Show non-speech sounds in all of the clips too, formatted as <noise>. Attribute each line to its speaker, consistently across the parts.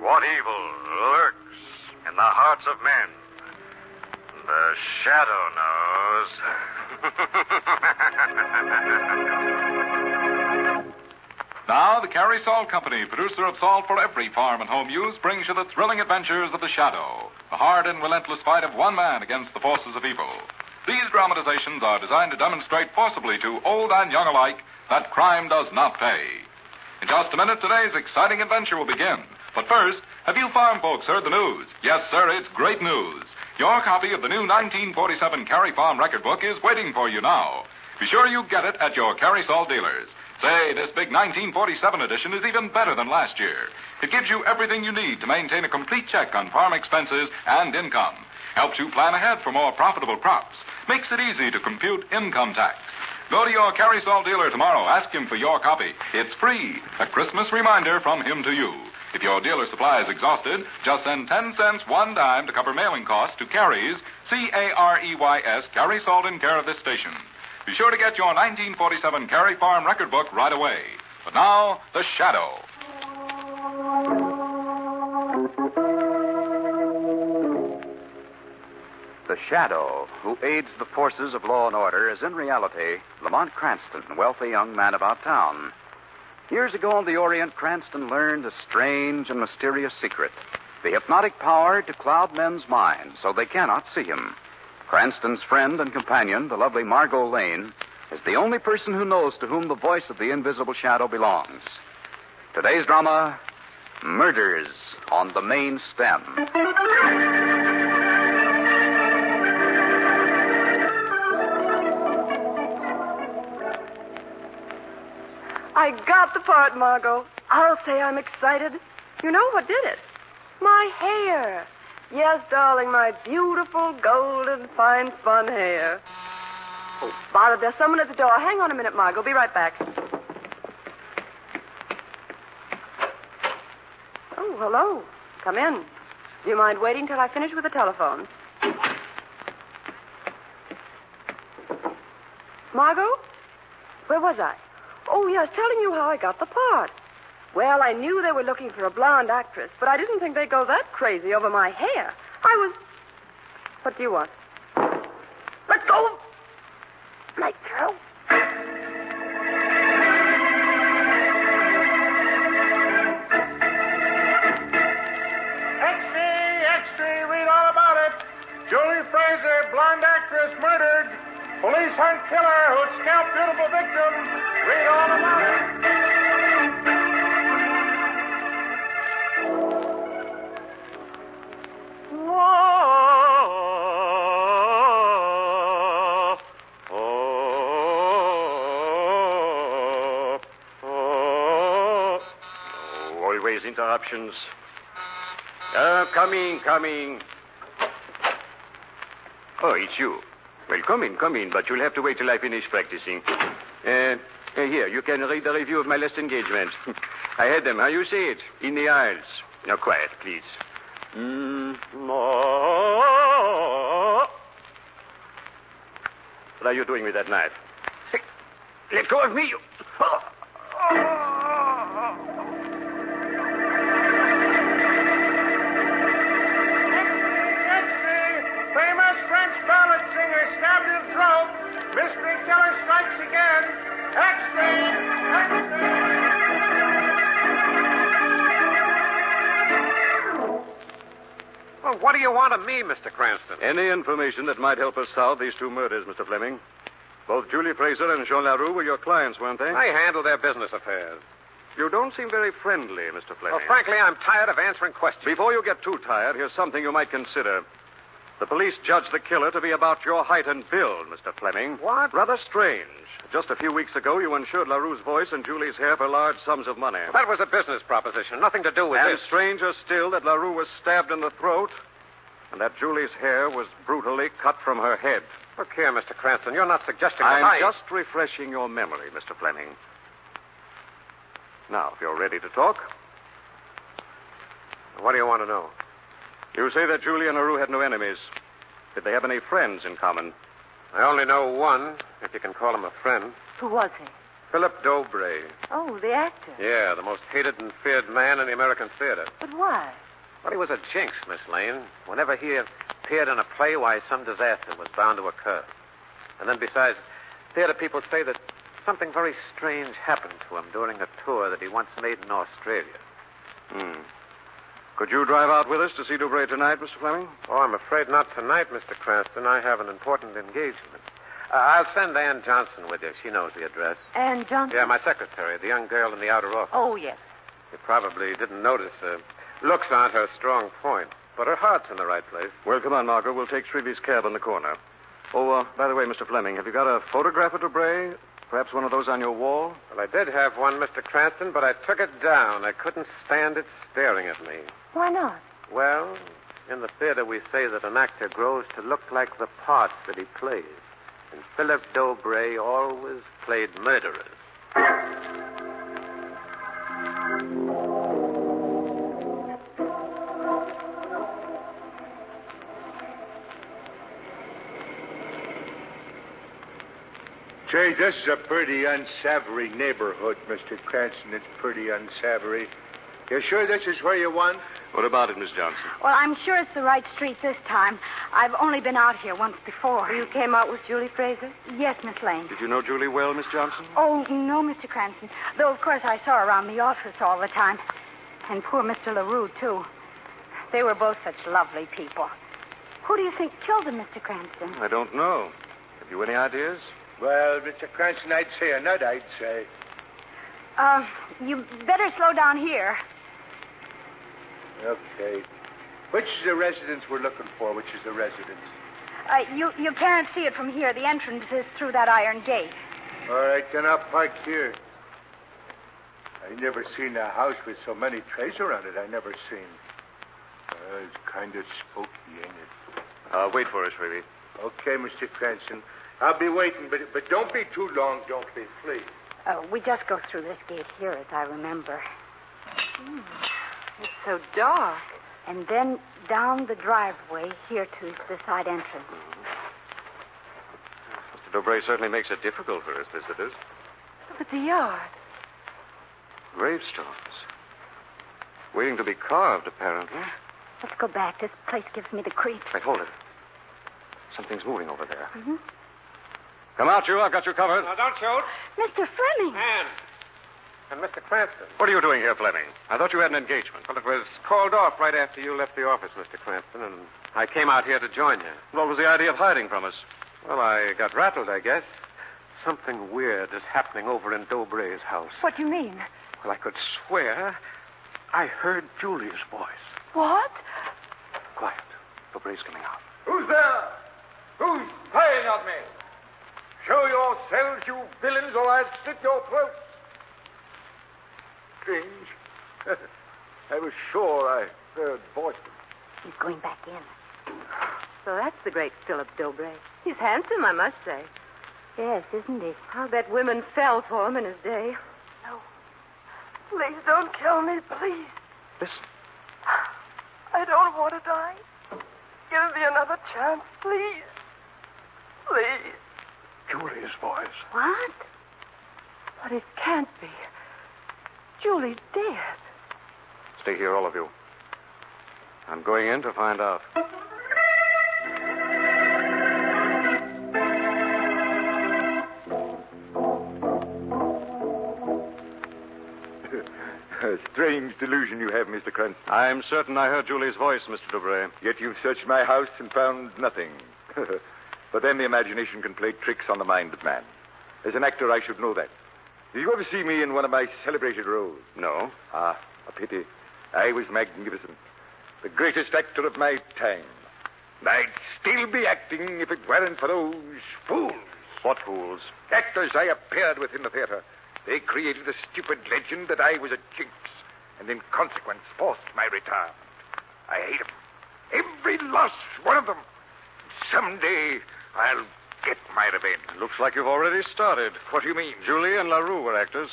Speaker 1: What evil lurks in the hearts of men? The shadow knows.
Speaker 2: Now, the Cary Salt Company, producer of salt for every farm and home use, brings you the thrilling adventures of The Shadow, the hard and relentless fight of one man against the forces of evil. These dramatizations are designed to demonstrate forcibly to old and young alike that crime does not pay. In just a minute, today's exciting adventure will begin. But first, have you farm folks heard the news? Yes, sir, it's great news. Your copy of the new 1947 Carry Farm record book is waiting for you now. Be sure you get it at your Carry Salt dealers. Say, this big 1947 edition is even better than last year. It gives you everything you need to maintain a complete check on farm expenses and income. Helps you plan ahead for more profitable crops. Makes it easy to compute income tax. Go to your Carisol dealer tomorrow. Ask him for your copy. It's free. A Christmas reminder from him to you. If your dealer supply is exhausted, just send 10 cents one dime to cover mailing costs to Carries, E C-A-R-E-Y-S, Carry Salt in care of this station. Be sure to get your 1947 Carry Farm record book right away. But now, The Shadow.
Speaker 1: <laughs>
Speaker 3: The Shadow, who aids the forces of law and order, is in reality Lamont Cranston, wealthy young man about town. Years ago in the Orient, Cranston learned a strange and mysterious secret the hypnotic power to cloud men's minds so they cannot see him. Cranston's friend and companion, the lovely Margot Lane, is the only person who knows to whom the voice of the invisible shadow belongs. Today's drama Murders on the Main Stem.
Speaker 4: I got the part, Margot. I'll say I'm excited. You know what did it? My hair. Yes, darling, my beautiful, golden, fine, fun hair. Oh, bother, there's someone at the door. Hang on a minute, Margot. Be right back. Oh, hello. Come in. Do you mind waiting till I finish with the telephone? Margot? Where was I? Oh, yes, telling you how I got the part. Well, I knew they were looking for a blonde actress, but I didn't think they'd go that crazy over my hair. I was. What do you want? Let go of my throat.
Speaker 5: Exy, exy, read all about it. Julie Fraser, blonde actress, murdered. Police hunt killer who scalped beautiful victim. Read all about it.
Speaker 1: Oh. Oh. Always interruptions. Uh, come in, come in. Oh, it's you. Well, come in, come in, but you'll have to wait till I finish practicing. Uh, uh, here, you can read the review of my last engagement. <laughs> I had them, how you say it, in the aisles. Now, quiet, please. Mm, oh. What are you doing with that knife?
Speaker 5: Let go of me, you. Ah! Exy, famous French ballad singer stabbed in throat. Mystery killer strikes again. Exy, exy.
Speaker 6: Well, what do you want of me, Mr. Cranston?
Speaker 1: Any information that might help us solve these two murders, Mr. Fleming? Both Julie Fraser and Jean Larue were your clients, weren't they?
Speaker 6: I handle their business affairs.
Speaker 1: You don't seem very friendly, Mr.
Speaker 5: Oh,
Speaker 1: Fleming.
Speaker 6: Well, frankly, I'm tired of answering questions.
Speaker 1: Before you get too tired, here's something you might consider. The police judged the killer to be about your height and build, Mr. Fleming.
Speaker 6: What?
Speaker 1: Rather strange. Just a few weeks ago, you insured LaRue's voice and Julie's hair for large sums of money.
Speaker 6: That was a business proposition, nothing to do with
Speaker 1: and
Speaker 6: this.
Speaker 1: stranger still, that LaRue was stabbed in the throat and that Julie's hair was brutally cut from her head.
Speaker 6: Look here, Mr. Cranston, you're not suggesting
Speaker 1: I'm
Speaker 6: that I...
Speaker 1: just refreshing your memory, Mr. Fleming. Now, if you're ready to talk,
Speaker 6: What do you want to know?
Speaker 1: you say that Julie and LaRue had no enemies. Did they have any friends in common?
Speaker 6: I only know one, if you can call him a friend.
Speaker 4: Who was he?
Speaker 7: Philip Dobre.
Speaker 8: Oh, the actor.
Speaker 7: Yeah, the most hated and feared man in the American theater.
Speaker 8: But why?
Speaker 7: Well, he was a jinx, Miss Lane. Whenever he appeared in a play, why, some disaster was bound to occur. And then, besides, theater people say that something very strange happened to him during a tour that he once made in Australia.
Speaker 3: Hmm. Could you drive out with us to see Dubray tonight, Mr. Fleming?
Speaker 7: Oh, I'm afraid not tonight, Mr. Cranston. I have an important engagement. Uh, I'll send Ann Johnson with you. She knows the address.
Speaker 8: And Johnson.
Speaker 7: Yeah, my secretary, the young girl in the outer office.
Speaker 8: Oh, yes.
Speaker 7: You probably didn't notice her. Looks aren't her strong point, but her heart's in the right place.
Speaker 3: Well, come on, Marco. We'll take Shrivy's cab on the corner. Oh, uh, by the way, Mr. Fleming, have you got a photograph of Dubray? Perhaps one of those on your wall?
Speaker 7: Well, I did have one, Mr. Cranston, but I took it down. I couldn't stand it staring at me.
Speaker 8: Why not?
Speaker 7: Well, in the theater, we say that an actor grows to look like the part that he plays. And Philip Dobre always played murderers.
Speaker 1: Say, this is a pretty unsavory neighborhood, Mr. Cranston. It's pretty unsavory. You sure this is where you want?
Speaker 3: What about it, Miss Johnson?
Speaker 9: Well, I'm sure it's the right street this time. I've only been out here once before.
Speaker 4: You came out with Julie Fraser?
Speaker 9: Yes, Miss Lane.
Speaker 3: Did you know Julie well, Miss Johnson?
Speaker 9: Oh, no, Mr. Cranston. Though, of course, I saw her around the office all the time. And poor Mr. LaRue, too. They were both such lovely people. Who do you think killed him, Mr. Cranston?
Speaker 3: I don't know. Have you any ideas?
Speaker 1: Well, Mr. Cranston, I'd say a nut, I'd say.
Speaker 9: Uh, you better slow down here.
Speaker 1: Okay. Which is the residence we're looking for? Which is the residence?
Speaker 9: Uh, you, you can't see it from here. The entrance is through that iron gate.
Speaker 1: All right, then I'll park here. I never seen a house with so many trees around it. I never seen. Uh, it's kind of spooky, ain't it?
Speaker 3: Uh, wait for us, Shrivy.
Speaker 1: Okay, Mr. Cranston. I'll be waiting, but but don't be too long. Don't be, please.
Speaker 9: Uh, we just go through this gate here, as I remember.
Speaker 4: It's so dark.
Speaker 9: And then down the driveway here to the side entrance.
Speaker 3: Mr. Dubray certainly makes it difficult for us visitors.
Speaker 4: Look at the yard.
Speaker 3: Gravestones. Waiting to be carved, apparently.
Speaker 9: Let's go back. This place gives me the creeps.
Speaker 3: Wait, hold it. Something's moving over there.
Speaker 9: Mhm.
Speaker 3: Come out, you. I've got you covered.
Speaker 7: don't shoot.
Speaker 9: Mr. Fleming!
Speaker 7: Ann. And Mr. Cranston.
Speaker 3: What are you doing here, Fleming? I thought you had an engagement.
Speaker 7: Well, it was called off right after you left the office, Mr. Cranston, and I came out here to join you.
Speaker 3: What was the idea of hiding from us?
Speaker 7: Well, I got rattled, I guess. Something weird is happening over in Dobray's house.
Speaker 9: What do you mean?
Speaker 7: Well, I could swear I heard Julia's voice.
Speaker 9: What?
Speaker 3: Quiet. Dobray's coming out.
Speaker 1: Who's there? Who's playing on me? Show yourselves, you villains, or I'll slit your throats. Strange. <laughs> I was sure I heard voices.
Speaker 9: He's going back in.
Speaker 4: So that's the great Philip Dobre. He's handsome, I must say.
Speaker 9: Yes, isn't he?
Speaker 4: I'll bet women fell for him in his day. No. Please don't kill me, please.
Speaker 3: Listen.
Speaker 4: I don't want to die. Give me another chance, please. Please.
Speaker 1: Julia's voice.
Speaker 9: What?
Speaker 4: But it can't be. Julie's dead.
Speaker 3: Stay here, all of you. I'm going in to find out.
Speaker 5: A strange delusion you have, Mr. Cranston.
Speaker 3: I'm certain I heard Julie's voice, Mr. Dubray.
Speaker 5: Yet you've searched my house and found nothing. <laughs> but then the imagination can play tricks on the mind of man. As an actor, I should know that. Did you ever see me in one of my celebrated roles?
Speaker 3: No.
Speaker 5: Ah, a pity. I was magnificent. The greatest actor of my time. I'd still be acting if it weren't for those fools.
Speaker 3: What fools?
Speaker 5: Actors I appeared with in the theater. They created a stupid legend that I was a jinx, and in consequence forced my retirement. I hate 'em. Every last one of them. Someday I'll get my revenge.
Speaker 3: Looks like you've already started.
Speaker 5: What do you mean?
Speaker 3: Julie and LaRue were actors.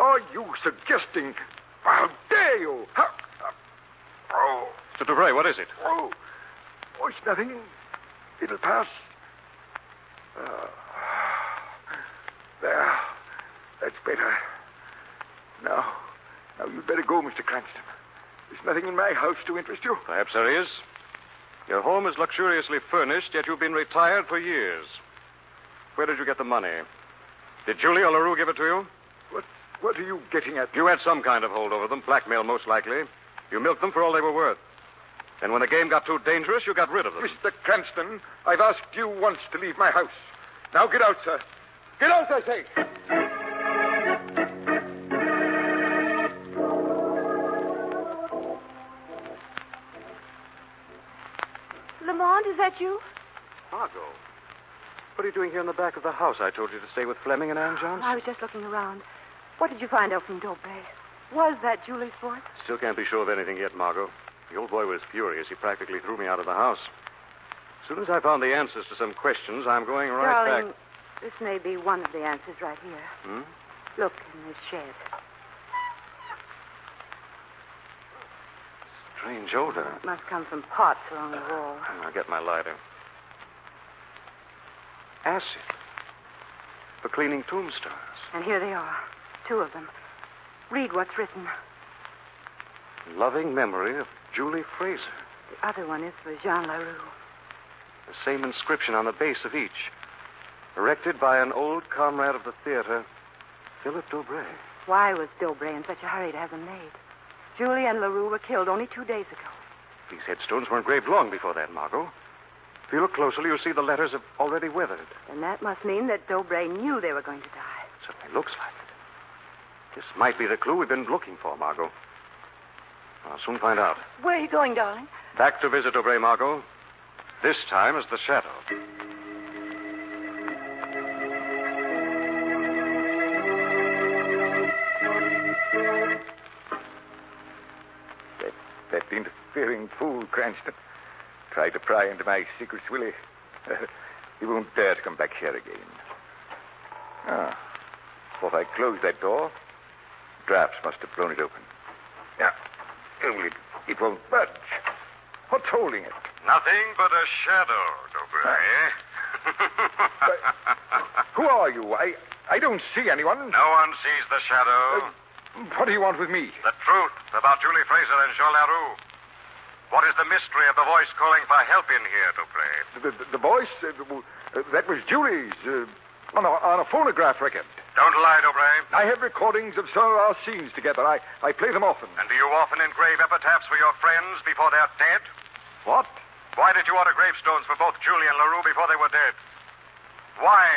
Speaker 5: Are you suggesting? How dare you? How? Oh,
Speaker 3: Mr. Dubray, what is it?
Speaker 5: oh, oh, it's nothing. It'll pass. Ah. there.
Speaker 1: That's better. Now, now you'd better go, Mr. Cranston. There's nothing in my house to interest you.
Speaker 5: Perhaps there is. Your home is luxuriously furnished, yet you've been retired for years. Where did you get the money? Did Julia LaRue give it to you?
Speaker 1: What, what are you getting at?
Speaker 5: You had some kind of hold over them, blackmail most likely. You milked them for all they were worth. And when the game got too dangerous, you got rid of them.
Speaker 1: Mr. Cranston, I've asked you once to leave my house. Now get out, sir. Get out, I say.
Speaker 9: Lamont, is that you?
Speaker 5: Margot. What are you doing here in the back of the house? I told you to stay with Fleming and Ann Johns.
Speaker 4: I was just looking around. What did you find out from Dobray? Was that Julie's voice?
Speaker 5: Still can't be sure of anything yet, Margot. The old boy was furious. He practically threw me out of the house. As soon as I found the answers to some questions, I'm going right
Speaker 4: Darling,
Speaker 5: back.
Speaker 4: this may be one of the answers right here.
Speaker 5: Hmm?
Speaker 4: Look in this shed.
Speaker 5: Strange odor.
Speaker 4: It must come from pots along the wall.
Speaker 5: I'll get my lighter. Acid. For cleaning tombstones.
Speaker 4: And here they are, two of them. Read what's written.
Speaker 5: Loving memory of Julie Fraser.
Speaker 4: The other one is for Jean Larue.
Speaker 5: The same inscription on the base of each. Erected by an old comrade of the theater, Philip Dobray.
Speaker 4: Why was Dobray in such a hurry to have them made? Julie and Larue were killed only two days ago.
Speaker 5: These headstones were engraved long before that, Margot. If you look closely, you'll see the letters have already weathered.
Speaker 4: And that must mean that Dobray knew they were going to die.
Speaker 5: Certainly looks like it. This might be the clue we've been looking for, Margot. I'll soon find out.
Speaker 4: Where are you going, darling?
Speaker 5: Back to visit Obray, Margot. This time as the shadow.
Speaker 1: That, that interfering fool, Cranston. Tried to pry into my secrets, will he? <laughs> he won't dare to come back here again. Ah. Thought I closed that door. Drafts must have blown it open. Yeah. Only it, it won't budge. What's holding it?
Speaker 5: Nothing but a shadow, eh?
Speaker 1: Who are you? I I don't see anyone.
Speaker 5: <laughs> no one sees the shadow.
Speaker 1: What do you want with me?
Speaker 5: the truth about Julie Fraser and Jean Larue. What is the mystery of the voice calling for help in here, Dobray?
Speaker 1: The, the, the voice uh, w- uh, that was Julie's uh, on, a, on a phonograph record.
Speaker 5: Don't lie, Dobray.
Speaker 1: I have recordings of some of our scenes together. I, I play them often.
Speaker 5: And do you often engrave epitaphs for your friends before they're dead?
Speaker 1: What?
Speaker 5: Why did you order gravestones for both Julie and LaRue before they were dead? Why?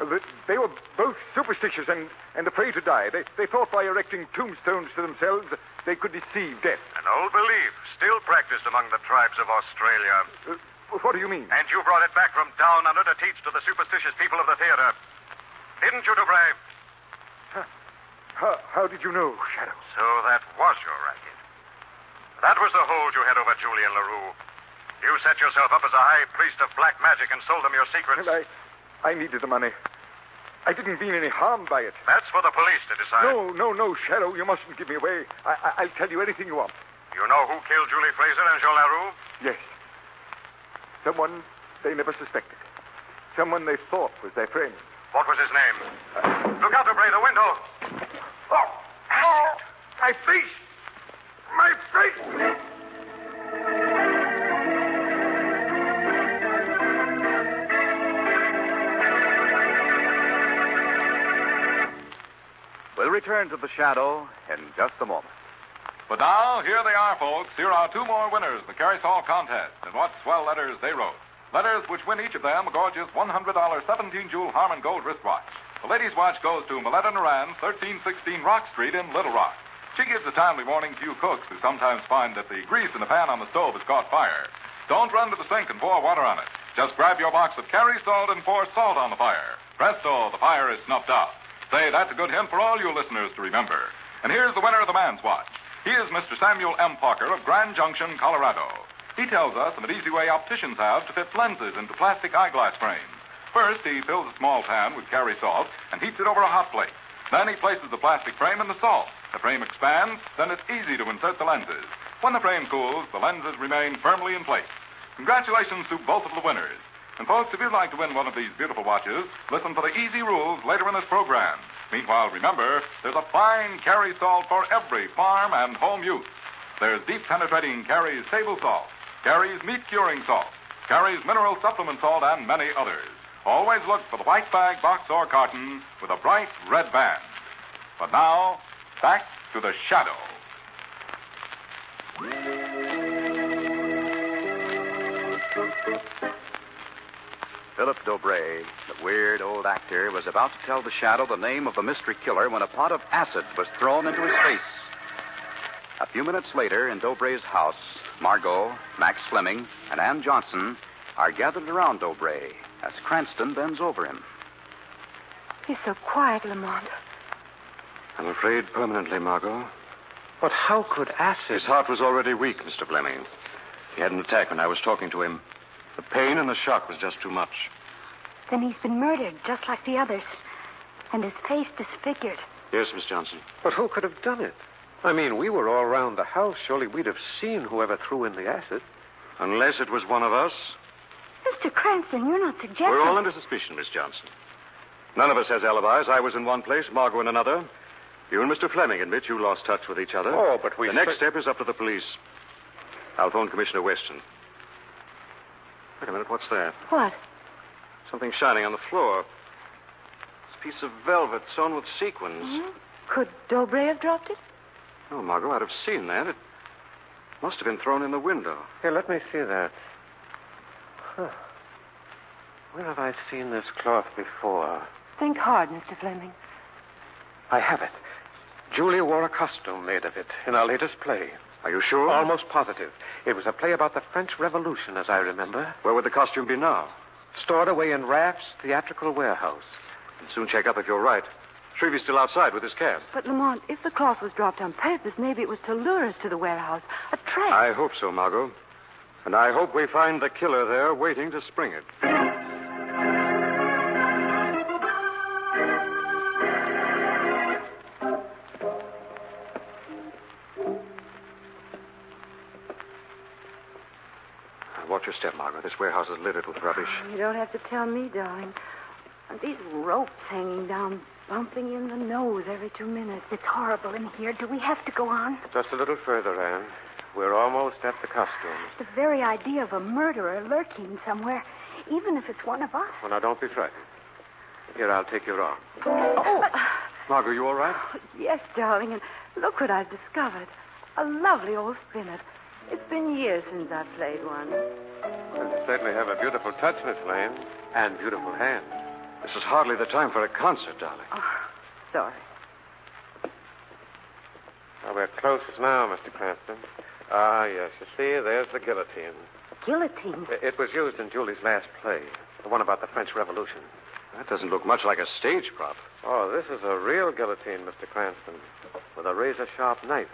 Speaker 1: Uh, th- They were both superstitious and, and afraid to die. They, they thought by erecting tombstones to themselves they could deceive death.
Speaker 5: An old belief, still practiced among the tribes of Australia.
Speaker 1: Uh, what do you mean?
Speaker 5: And you brought it back from down under to teach to the superstitious people of the theater. Didn't you, Dubray?
Speaker 1: How, how did you know, Shadow?
Speaker 5: So that was your racket. That was the hold you had over Julie and LaRue. You set yourself up as a high priest of black magic and sold them your secrets.
Speaker 1: And I, I needed the money. I didn't mean any harm by it.
Speaker 5: That's for the police to decide.
Speaker 1: No, no, no, Shadow, you mustn't give me away. I, I, I'll tell you anything you want.
Speaker 5: You know who killed Julie Fraser and Jean LaRue?
Speaker 1: Yes. Someone they never suspected. Someone they thought was their friend.
Speaker 5: What was his name? Look out, Dubray, the window.
Speaker 1: Oh! Oh! My face! My face!
Speaker 3: We'll return to the shadow in just a moment.
Speaker 2: But now, here they are, folks. Here are two more winners of the Carisol contest, and what swell letters they wrote. Letters which win each of them a gorgeous $100 17 jewel Harmon Gold wristwatch. The ladies' watch goes to Miletta Naran, 1316 Rock Street in Little Rock. She gives a timely warning to you cooks who sometimes find that the grease in the pan on the stove has caught fire. Don't run to the sink and pour water on it. Just grab your box of carry salt and pour salt on the fire. Presto, the fire is snuffed out. Say, that's a good hint for all you listeners to remember. And here's the winner of the man's watch. He is Mr. Samuel M. Parker of Grand Junction, Colorado. He tells us of an easy way opticians have to fit lenses into plastic eyeglass frames. First, he fills a small pan with carry salt and heats it over a hot plate. Then he places the plastic frame in the salt. The frame expands, then it's easy to insert the lenses. When the frame cools, the lenses remain firmly in place. Congratulations to both of the winners. And folks, if you'd like to win one of these beautiful watches, listen for the easy rules later in this program. Meanwhile, remember, there's a fine carry salt for every farm and home use. There's deep penetrating Carrie's table salt, Carrie's meat curing salt, Carrie's mineral supplement salt, and many others. Always look for the white bag, box, or carton with a bright red band. But now, back to the shadow.
Speaker 10: Philip Dobray, the weird old actor, was about to tell the shadow the name of the mystery killer when a pot of acid was thrown into his face. A few minutes later, in Dobray's house, Margot, Max Fleming, and Ann Johnson are gathered around Dobray as Cranston bends over him.
Speaker 4: He's so quiet, Lamont.
Speaker 3: I'm afraid permanently, Margot.
Speaker 7: But how could acid?
Speaker 3: His heart was already weak, Mr. Fleming. He had an attack when I was talking to him. The pain and the shock was just too much.
Speaker 9: Then he's been murdered, just like the others. And his face disfigured.
Speaker 3: Yes, Miss Johnson.
Speaker 7: But who could have done it? I mean, we were all round the house. Surely we'd have seen whoever threw in the acid.
Speaker 3: Unless it was one of us,
Speaker 9: Mr. Cranston, you're not suggesting.
Speaker 3: we're all under suspicion, Miss Johnson. None of us has alibis. I was in one place, Margot in another. You and Mr. Fleming admit you lost touch with each other.
Speaker 7: Oh, but we-
Speaker 3: The next step is up to the police. I'll phone Commissioner Weston. Wait a minute, what's that?
Speaker 4: What?
Speaker 3: Something shining on the floor. It's a piece of velvet sewn with sequins.
Speaker 4: Could Dobre have dropped it?
Speaker 3: Oh, Margot, I'd have seen that. It must have been thrown in the window.
Speaker 7: Here, let me see that. Huh. Where have I seen this cloth before?
Speaker 4: Think hard, Mr. Fleming.
Speaker 7: I have it. Julia wore a costume made of it in our latest play.
Speaker 3: Are you sure?
Speaker 7: Almost positive. It was a play about the French Revolution, as I remember.
Speaker 3: Where would the costume be now?
Speaker 7: Stored away in Raff's theatrical warehouse.
Speaker 3: We'll soon check up if you're right. Shreve's still outside with his cab.
Speaker 4: But, Lamont, if the cloth was dropped on purpose, maybe it was to lure us to the warehouse. A trap.
Speaker 3: I hope so, Margot. And I hope we find the killer there waiting to spring it. Now, Watch your step, Margot. This warehouse is littered with rubbish.
Speaker 4: You don't have to tell me, darling. These ropes hanging down, bumping in the nose every two minutes.
Speaker 9: It's horrible in here. Do we have to go on?
Speaker 7: Just a little further, Anne. We're almost at the costume.
Speaker 9: The very idea of a murderer lurking somewhere, even if it's one of us.
Speaker 7: Well, now, don't be frightened. Here, I'll take your arm.
Speaker 4: Oh,
Speaker 3: Margot, you all right?
Speaker 4: yes, darling. And look what I've discovered. A lovely old spinet. It's been years since I've played one.
Speaker 7: Well, you certainly have a beautiful touch, Miss Lane, and beautiful hands.
Speaker 3: This is hardly the time for a concert, darling.
Speaker 4: Oh, sorry.
Speaker 7: Well, Oh, we're closest now, Mr. Cranston. Ah, yes. You see, there's the guillotine.
Speaker 4: Guillotine.
Speaker 7: I- It was used in Julie's last play, the one about the French Revolution.
Speaker 3: That doesn't look much like a stage prop.
Speaker 7: Oh, this is a real guillotine, Mr. Cranston, with a razor-sharp knife.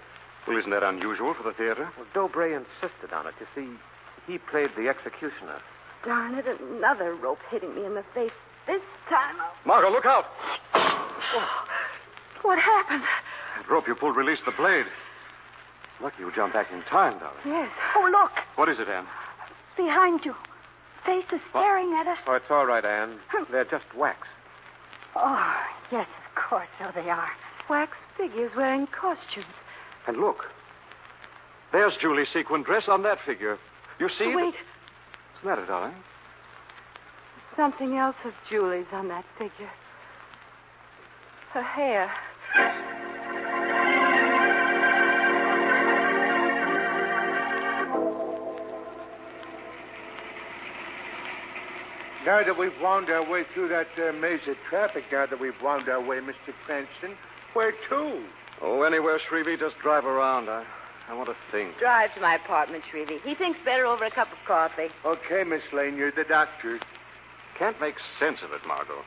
Speaker 3: Well, isn't that unusual for the theater?
Speaker 7: Well, Dobray insisted on it. You see, he played the executioner.
Speaker 4: Darn it, another rope hitting me in the face. This time. I'll-
Speaker 3: Margot, look out!
Speaker 4: What happened?
Speaker 3: That rope you pulled released the blade. Lucky you jumped back in time, darling.
Speaker 4: Yes.
Speaker 9: Oh, look!
Speaker 3: What is it, Anne?
Speaker 9: Behind you. Faces staring at us.
Speaker 7: Oh, it's all right, Anne. They're just wax.
Speaker 9: Oh, yes, of course. So they are.
Speaker 4: Wax figures wearing costumes.
Speaker 3: And look. There's Julie's sequin dress on that figure. You see?
Speaker 4: Wait,
Speaker 3: What's the matter, darling?
Speaker 4: something else of Julie's on that figure. Her hair.
Speaker 5: Now that we've wound our way through that uh, maze of traffic, now that we've wound our way, Mr. Cranston, where to?
Speaker 3: Oh, anywhere, Shrevey, just drive around. I, I want to think.
Speaker 11: Drive to my apartment, Shrevey. He thinks better over a cup of coffee.
Speaker 5: Okay, Miss Lane, you're the doctor.
Speaker 3: Can't make sense of it, Margot.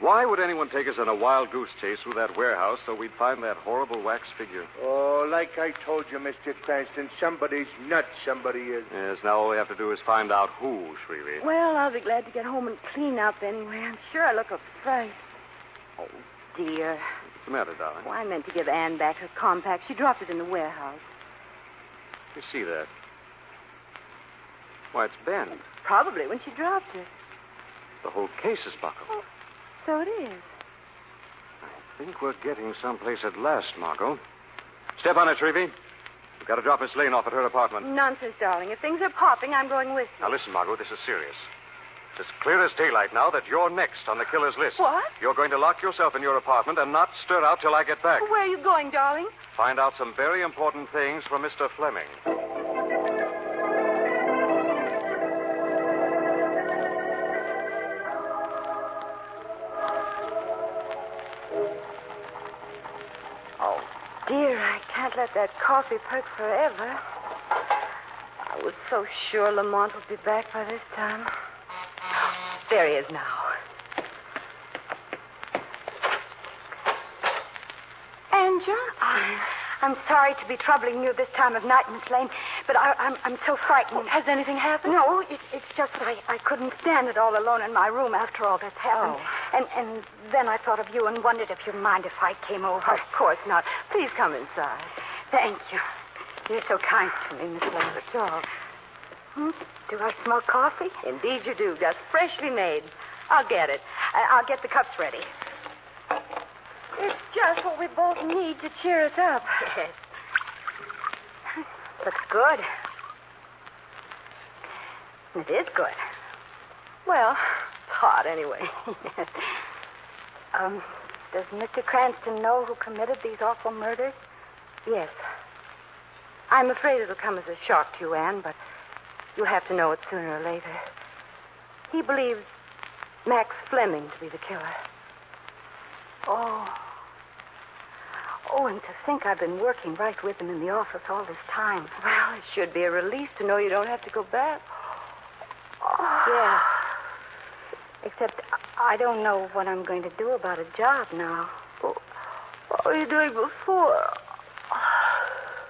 Speaker 3: Why would anyone take us on a wild goose chase through that warehouse so we'd find that horrible wax figure?
Speaker 5: Oh, like I told you, Mr. Cranston, somebody's nuts, somebody is.
Speaker 3: Yes, now all we have to do is find out who, Shrevey.
Speaker 11: Well, I'll be glad to get home and clean up anyway. I'm sure I look a fright. Oh, dear.
Speaker 3: What's the matter, darling?
Speaker 11: Oh, I meant to give Anne back her compact. She dropped it in the warehouse.
Speaker 3: You see that? Why, it's Ben.
Speaker 11: Probably when she dropped it.
Speaker 3: The whole case is buckled.
Speaker 4: So it is.
Speaker 3: I
Speaker 5: think we're getting someplace at last, Margot. Step on it, Shrevey. We've got to drop Miss Lane off at her apartment.
Speaker 9: Nonsense, darling. If things are popping, I'm going with you.
Speaker 5: Now, listen, Margot, this is serious. It's clear as daylight now that you're next on the killer's list.
Speaker 9: What?
Speaker 5: You're going to lock yourself in your apartment and not stir out till I get back.
Speaker 9: Where are you going, darling?
Speaker 5: Find out some very important things from Mr. Fleming.
Speaker 4: Dear, I can't let that coffee perk forever. I was so sure Lamont would be back by this time. <gasps> There he is now.
Speaker 9: Angela? I, I'm sorry to be troubling you this time of night, Miss Lane, but I, I'm, I'm so frightened.
Speaker 4: Has anything happened?
Speaker 9: No, it, it's just that I, I couldn't stand it all alone in my room after all that's happened.
Speaker 4: Oh.
Speaker 9: And, and then I thought of you and wondered if you'd mind if I came over.
Speaker 4: Of course not. Please come inside.
Speaker 9: Thank you. You're so kind to me, Miss Lane.
Speaker 4: That's all.
Speaker 9: Hmm? Do I smell coffee?
Speaker 4: Indeed, you do. Just freshly made. I'll get it.
Speaker 9: I, I'll get the cups ready.
Speaker 4: It's just what we both need to cheer us up.
Speaker 9: Yes. Looks good. It is good.
Speaker 4: Well, it's hot anyway.
Speaker 9: yes. <laughs> Um, does Mr. Cranston know who committed these awful murders?
Speaker 4: Yes. I'm afraid it'll come as a shock to you, Anne, but you'll have to know it sooner or later. He believes Max Fleming to be the killer.
Speaker 9: Oh. Oh, and to think I've been working right with him in the office all this time.
Speaker 4: Well, it should be a relief to know you don't have to go back. Oh.
Speaker 9: Yeah. Except I I don't know what I'm going to do about a job now.
Speaker 4: What were you doing before?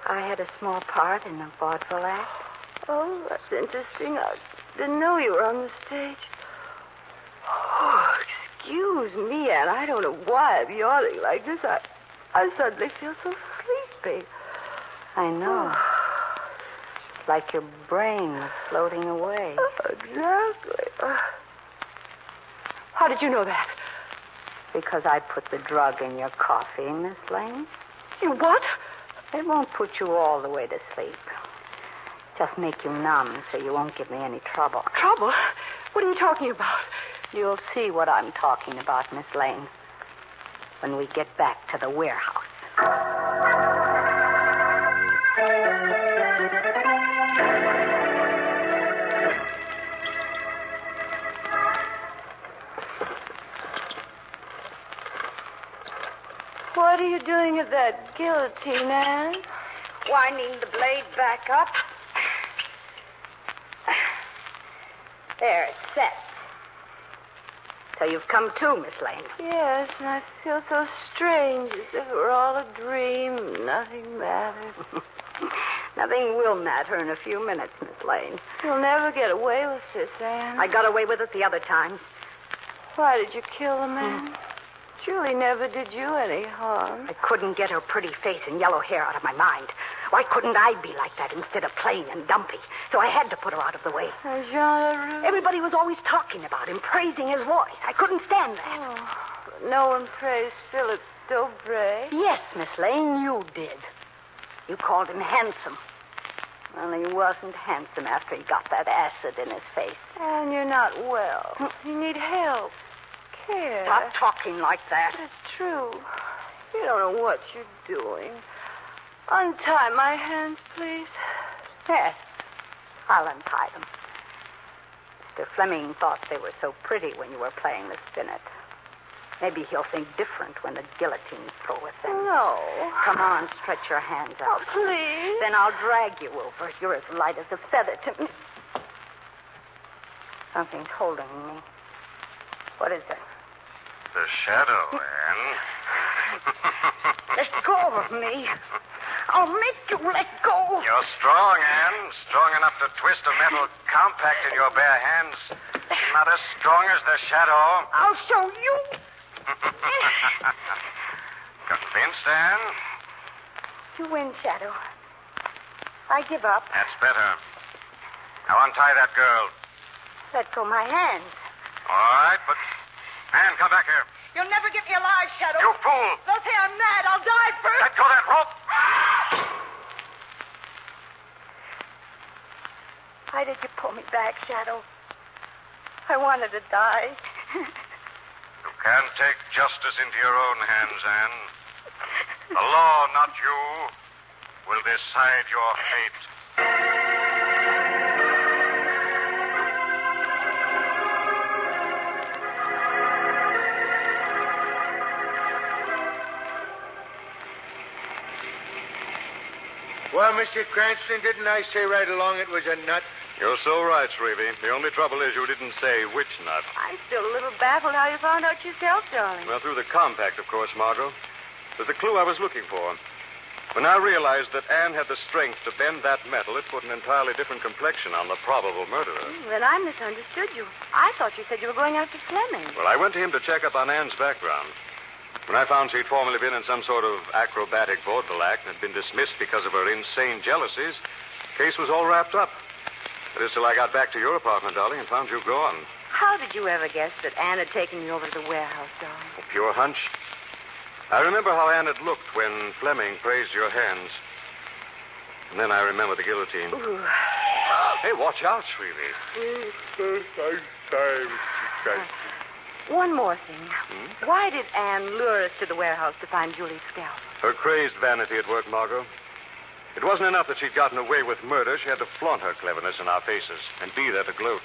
Speaker 9: I had a small part in a vaudeville act.
Speaker 4: Oh, that's interesting. I didn't know you were on the stage. Oh, excuse me, Anne. I don't know why I'm yawning like this. I, I suddenly feel so sleepy.
Speaker 9: I
Speaker 4: <sighs>
Speaker 9: know. It's like your brain was floating away.
Speaker 4: Oh, exactly. <sighs> Uh, how did you know that?
Speaker 9: Because I put the drug in your coffee, Miss Lane.
Speaker 4: You what?
Speaker 9: It won't put you all the way to sleep. Just make you numb so you won't give me any trouble.
Speaker 4: Trouble? What are you talking about?
Speaker 9: You'll see what I'm talking about, Miss Lane, when we get back to the warehouse.
Speaker 4: What are you doing at that guillotine, Anne?
Speaker 9: Winding the blade back up. There, it's set. So you've come to, Miss Lane.
Speaker 4: Yes, and I feel so strange, as if it were all a dream. Nothing matters.
Speaker 9: Nothing will matter in a few minutes, Miss Lane.
Speaker 4: You'll never get away with this, Anne.
Speaker 9: I got away with it the other time.
Speaker 4: Why did you kill the man? Julie never did you any harm.
Speaker 9: I couldn't get her pretty face and yellow hair out of my mind. Why couldn't I be like that instead of plain and dumpy? So I had to put her out of the way.
Speaker 4: And Jean LaRue.
Speaker 9: Everybody was always talking about him, praising his voice. I couldn't stand that.
Speaker 4: Oh, but no one praised Philip Dobre.
Speaker 9: Yes, Miss Lane, you did. You called him handsome. Only he wasn't handsome after he got that acid in his face.
Speaker 4: Anne, you're not well. You need help. Care.
Speaker 9: Stop talking like that.
Speaker 4: That's true. You don't know what you're doing. Untie my hands, please.
Speaker 9: Yes, I'll untie them. Mr. Fleming thought they were so pretty when you were playing the spinet. Maybe he'll think different when the guillotine's through with them.
Speaker 4: No.
Speaker 9: Come on, stretch your hands
Speaker 4: Oh,
Speaker 9: out.
Speaker 4: please.
Speaker 9: Then I'll drag you over. You're as light as a feather to me. Something's holding me. What is it?
Speaker 7: The shadow, Anne.
Speaker 9: Let go of me. I'll make you let go.
Speaker 7: You're strong, Anne. Strong enough to twist a metal compact in your bare hands. Not as strong as the shadow.
Speaker 9: I'll show you.
Speaker 7: <laughs> Convinced, Anne?
Speaker 9: You win, Shadow. I give up.
Speaker 7: That's better. Now untie that girl.
Speaker 9: Let go my hands.
Speaker 7: All right, but. Anne, come back here.
Speaker 12: You'll never get me alive, Shadow.
Speaker 1: You fool!
Speaker 12: Don't say I'm mad. I'll die first.
Speaker 1: Let go of that rope.
Speaker 9: Why did you pull me back, Shadow? I wanted to die.
Speaker 1: You can take justice into your own hands, Anne. The law, not you, will decide your fate.
Speaker 13: Well, Mr. Cranston, didn't I say right along it was a nut?
Speaker 5: You're so right, Shrevey. The only trouble is you didn't say which nut.
Speaker 4: I'm still a little baffled how you found out yourself, darling.
Speaker 5: Well, through the compact, of course, Margot. It was the clue I was looking for. When I realized that Anne had the strength to bend that metal, it put an entirely different complexion on the probable murderer.
Speaker 4: Hmm, Then I misunderstood you. I thought you said you were going after Fleming.
Speaker 5: Well, I went to him to check up on Anne's background. When I found she'd formerly been in some sort of acrobatic vaudeville act and had been dismissed because of her insane jealousies, the case was all wrapped up. That is till I got back to your apartment, darling, and found you gone.
Speaker 4: How did you ever guess that Anne had taken you over to the warehouse, darling?
Speaker 5: A pure hunch. I remember how Anne had looked when Fleming praised your hands. And then I remember the guillotine.
Speaker 4: Ooh.
Speaker 5: Hey, watch out, Shrevey.
Speaker 13: I'm sorry, Mr. Cranston.
Speaker 4: One more thing. Why did Anne lure us to the warehouse to find Julie's scalp?
Speaker 5: Her crazed vanity at work, Margot. It wasn't enough that she'd gotten away with murder. She had to flaunt her cleverness in our faces and be there to gloat.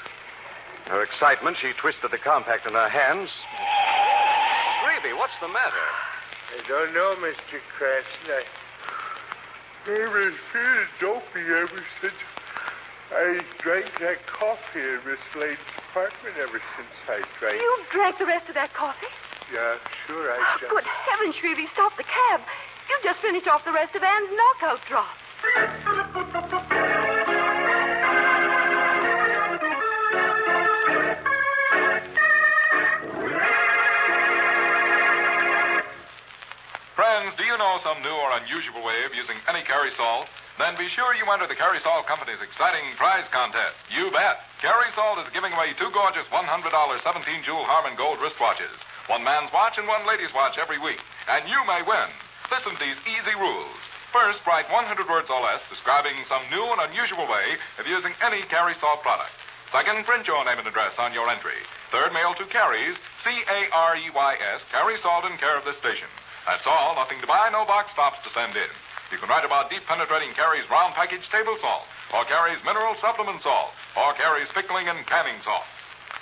Speaker 5: In her excitement, she twisted the compact in her hands. Shrevey, what's the matter?
Speaker 13: I don't know, Mr. Cranston. I... I've been feeling dopey ever since I drank that coffee in Miss Lane's apartment ever since I drank.
Speaker 4: You drank the rest of that coffee?
Speaker 13: Yeah, sure, I drank.
Speaker 4: Good heavens, Shrevey, stop the cab. You've just finished off the rest of Anne's knockout drop.
Speaker 2: Friends, do you know some new or unusual way of using any Carrisol? Then be sure you enter the Carrisol Company's exciting prize contest. You bet. Carrisol is giving away two gorgeous $100 17 jewel Harmon gold wristwatches. One man's watch and one lady's watch every week. And you may win. Listen to these easy rules. First, write 100 words or less describing some new and unusual way of using any Carrisol product. Second, print your name and address on your entry. Third, mail to Carries, E C-A-R-E-Y-S, Carrie Salt and care of this station. That's all. Nothing to buy, no box tops to send in. You can write about deep penetrating Carrie's round package table salt, or Carrie's mineral supplement salt, or Carrie's pickling and canning salt.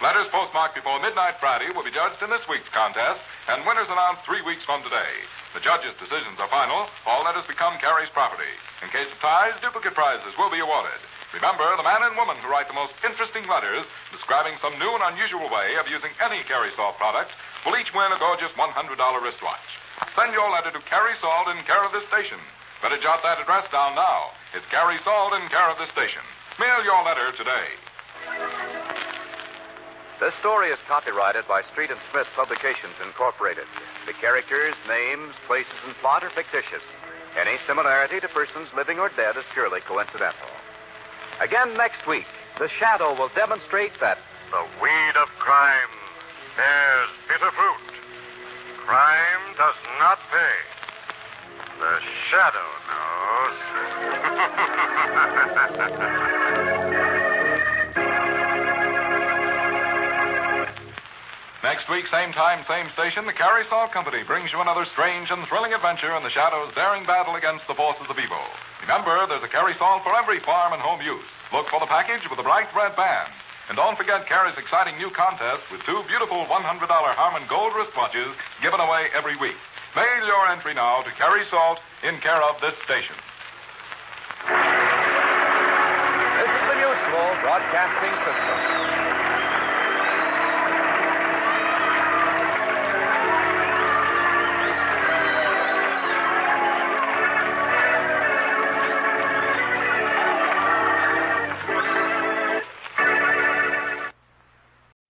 Speaker 2: Letters postmarked before midnight Friday will be judged in this week's contest, and winners announced three weeks from today. The judges' decisions are final. All letters become Carrie's property. In case of ties, duplicate prizes will be awarded. Remember, the man and woman who write the most interesting letters describing some new and unusual way of using any Carrie Salt product will each win a gorgeous $100 wristwatch. Send your letter to Carrie Sald in care of this station. Better jot that address down now. It's Carrie Sald in care of this station. Mail your letter today.
Speaker 3: This story is copyrighted by Street and Smith Publications, Incorporated. The characters, names, places, and plot are fictitious. Any similarity to persons living or dead is purely coincidental. Again next week, The Shadow will demonstrate that
Speaker 1: The weed of crime bears bitter fruit. Crime does not pay. The shadow knows. <laughs>
Speaker 2: Next week, same time, same station, the Carrie Salt Company brings you another strange and thrilling adventure in the Shadow's daring battle against the forces of evil. Remember, there's a Carrie Salt for every farm and home use. Look for the package with the bright red band. And don't forget Carrie's exciting new contest with two beautiful $100 Harmon gold wristwatches given away every week. Mail your entry now to Carrie Salt in care of this station.
Speaker 3: this is the Mutual Broadcasting System.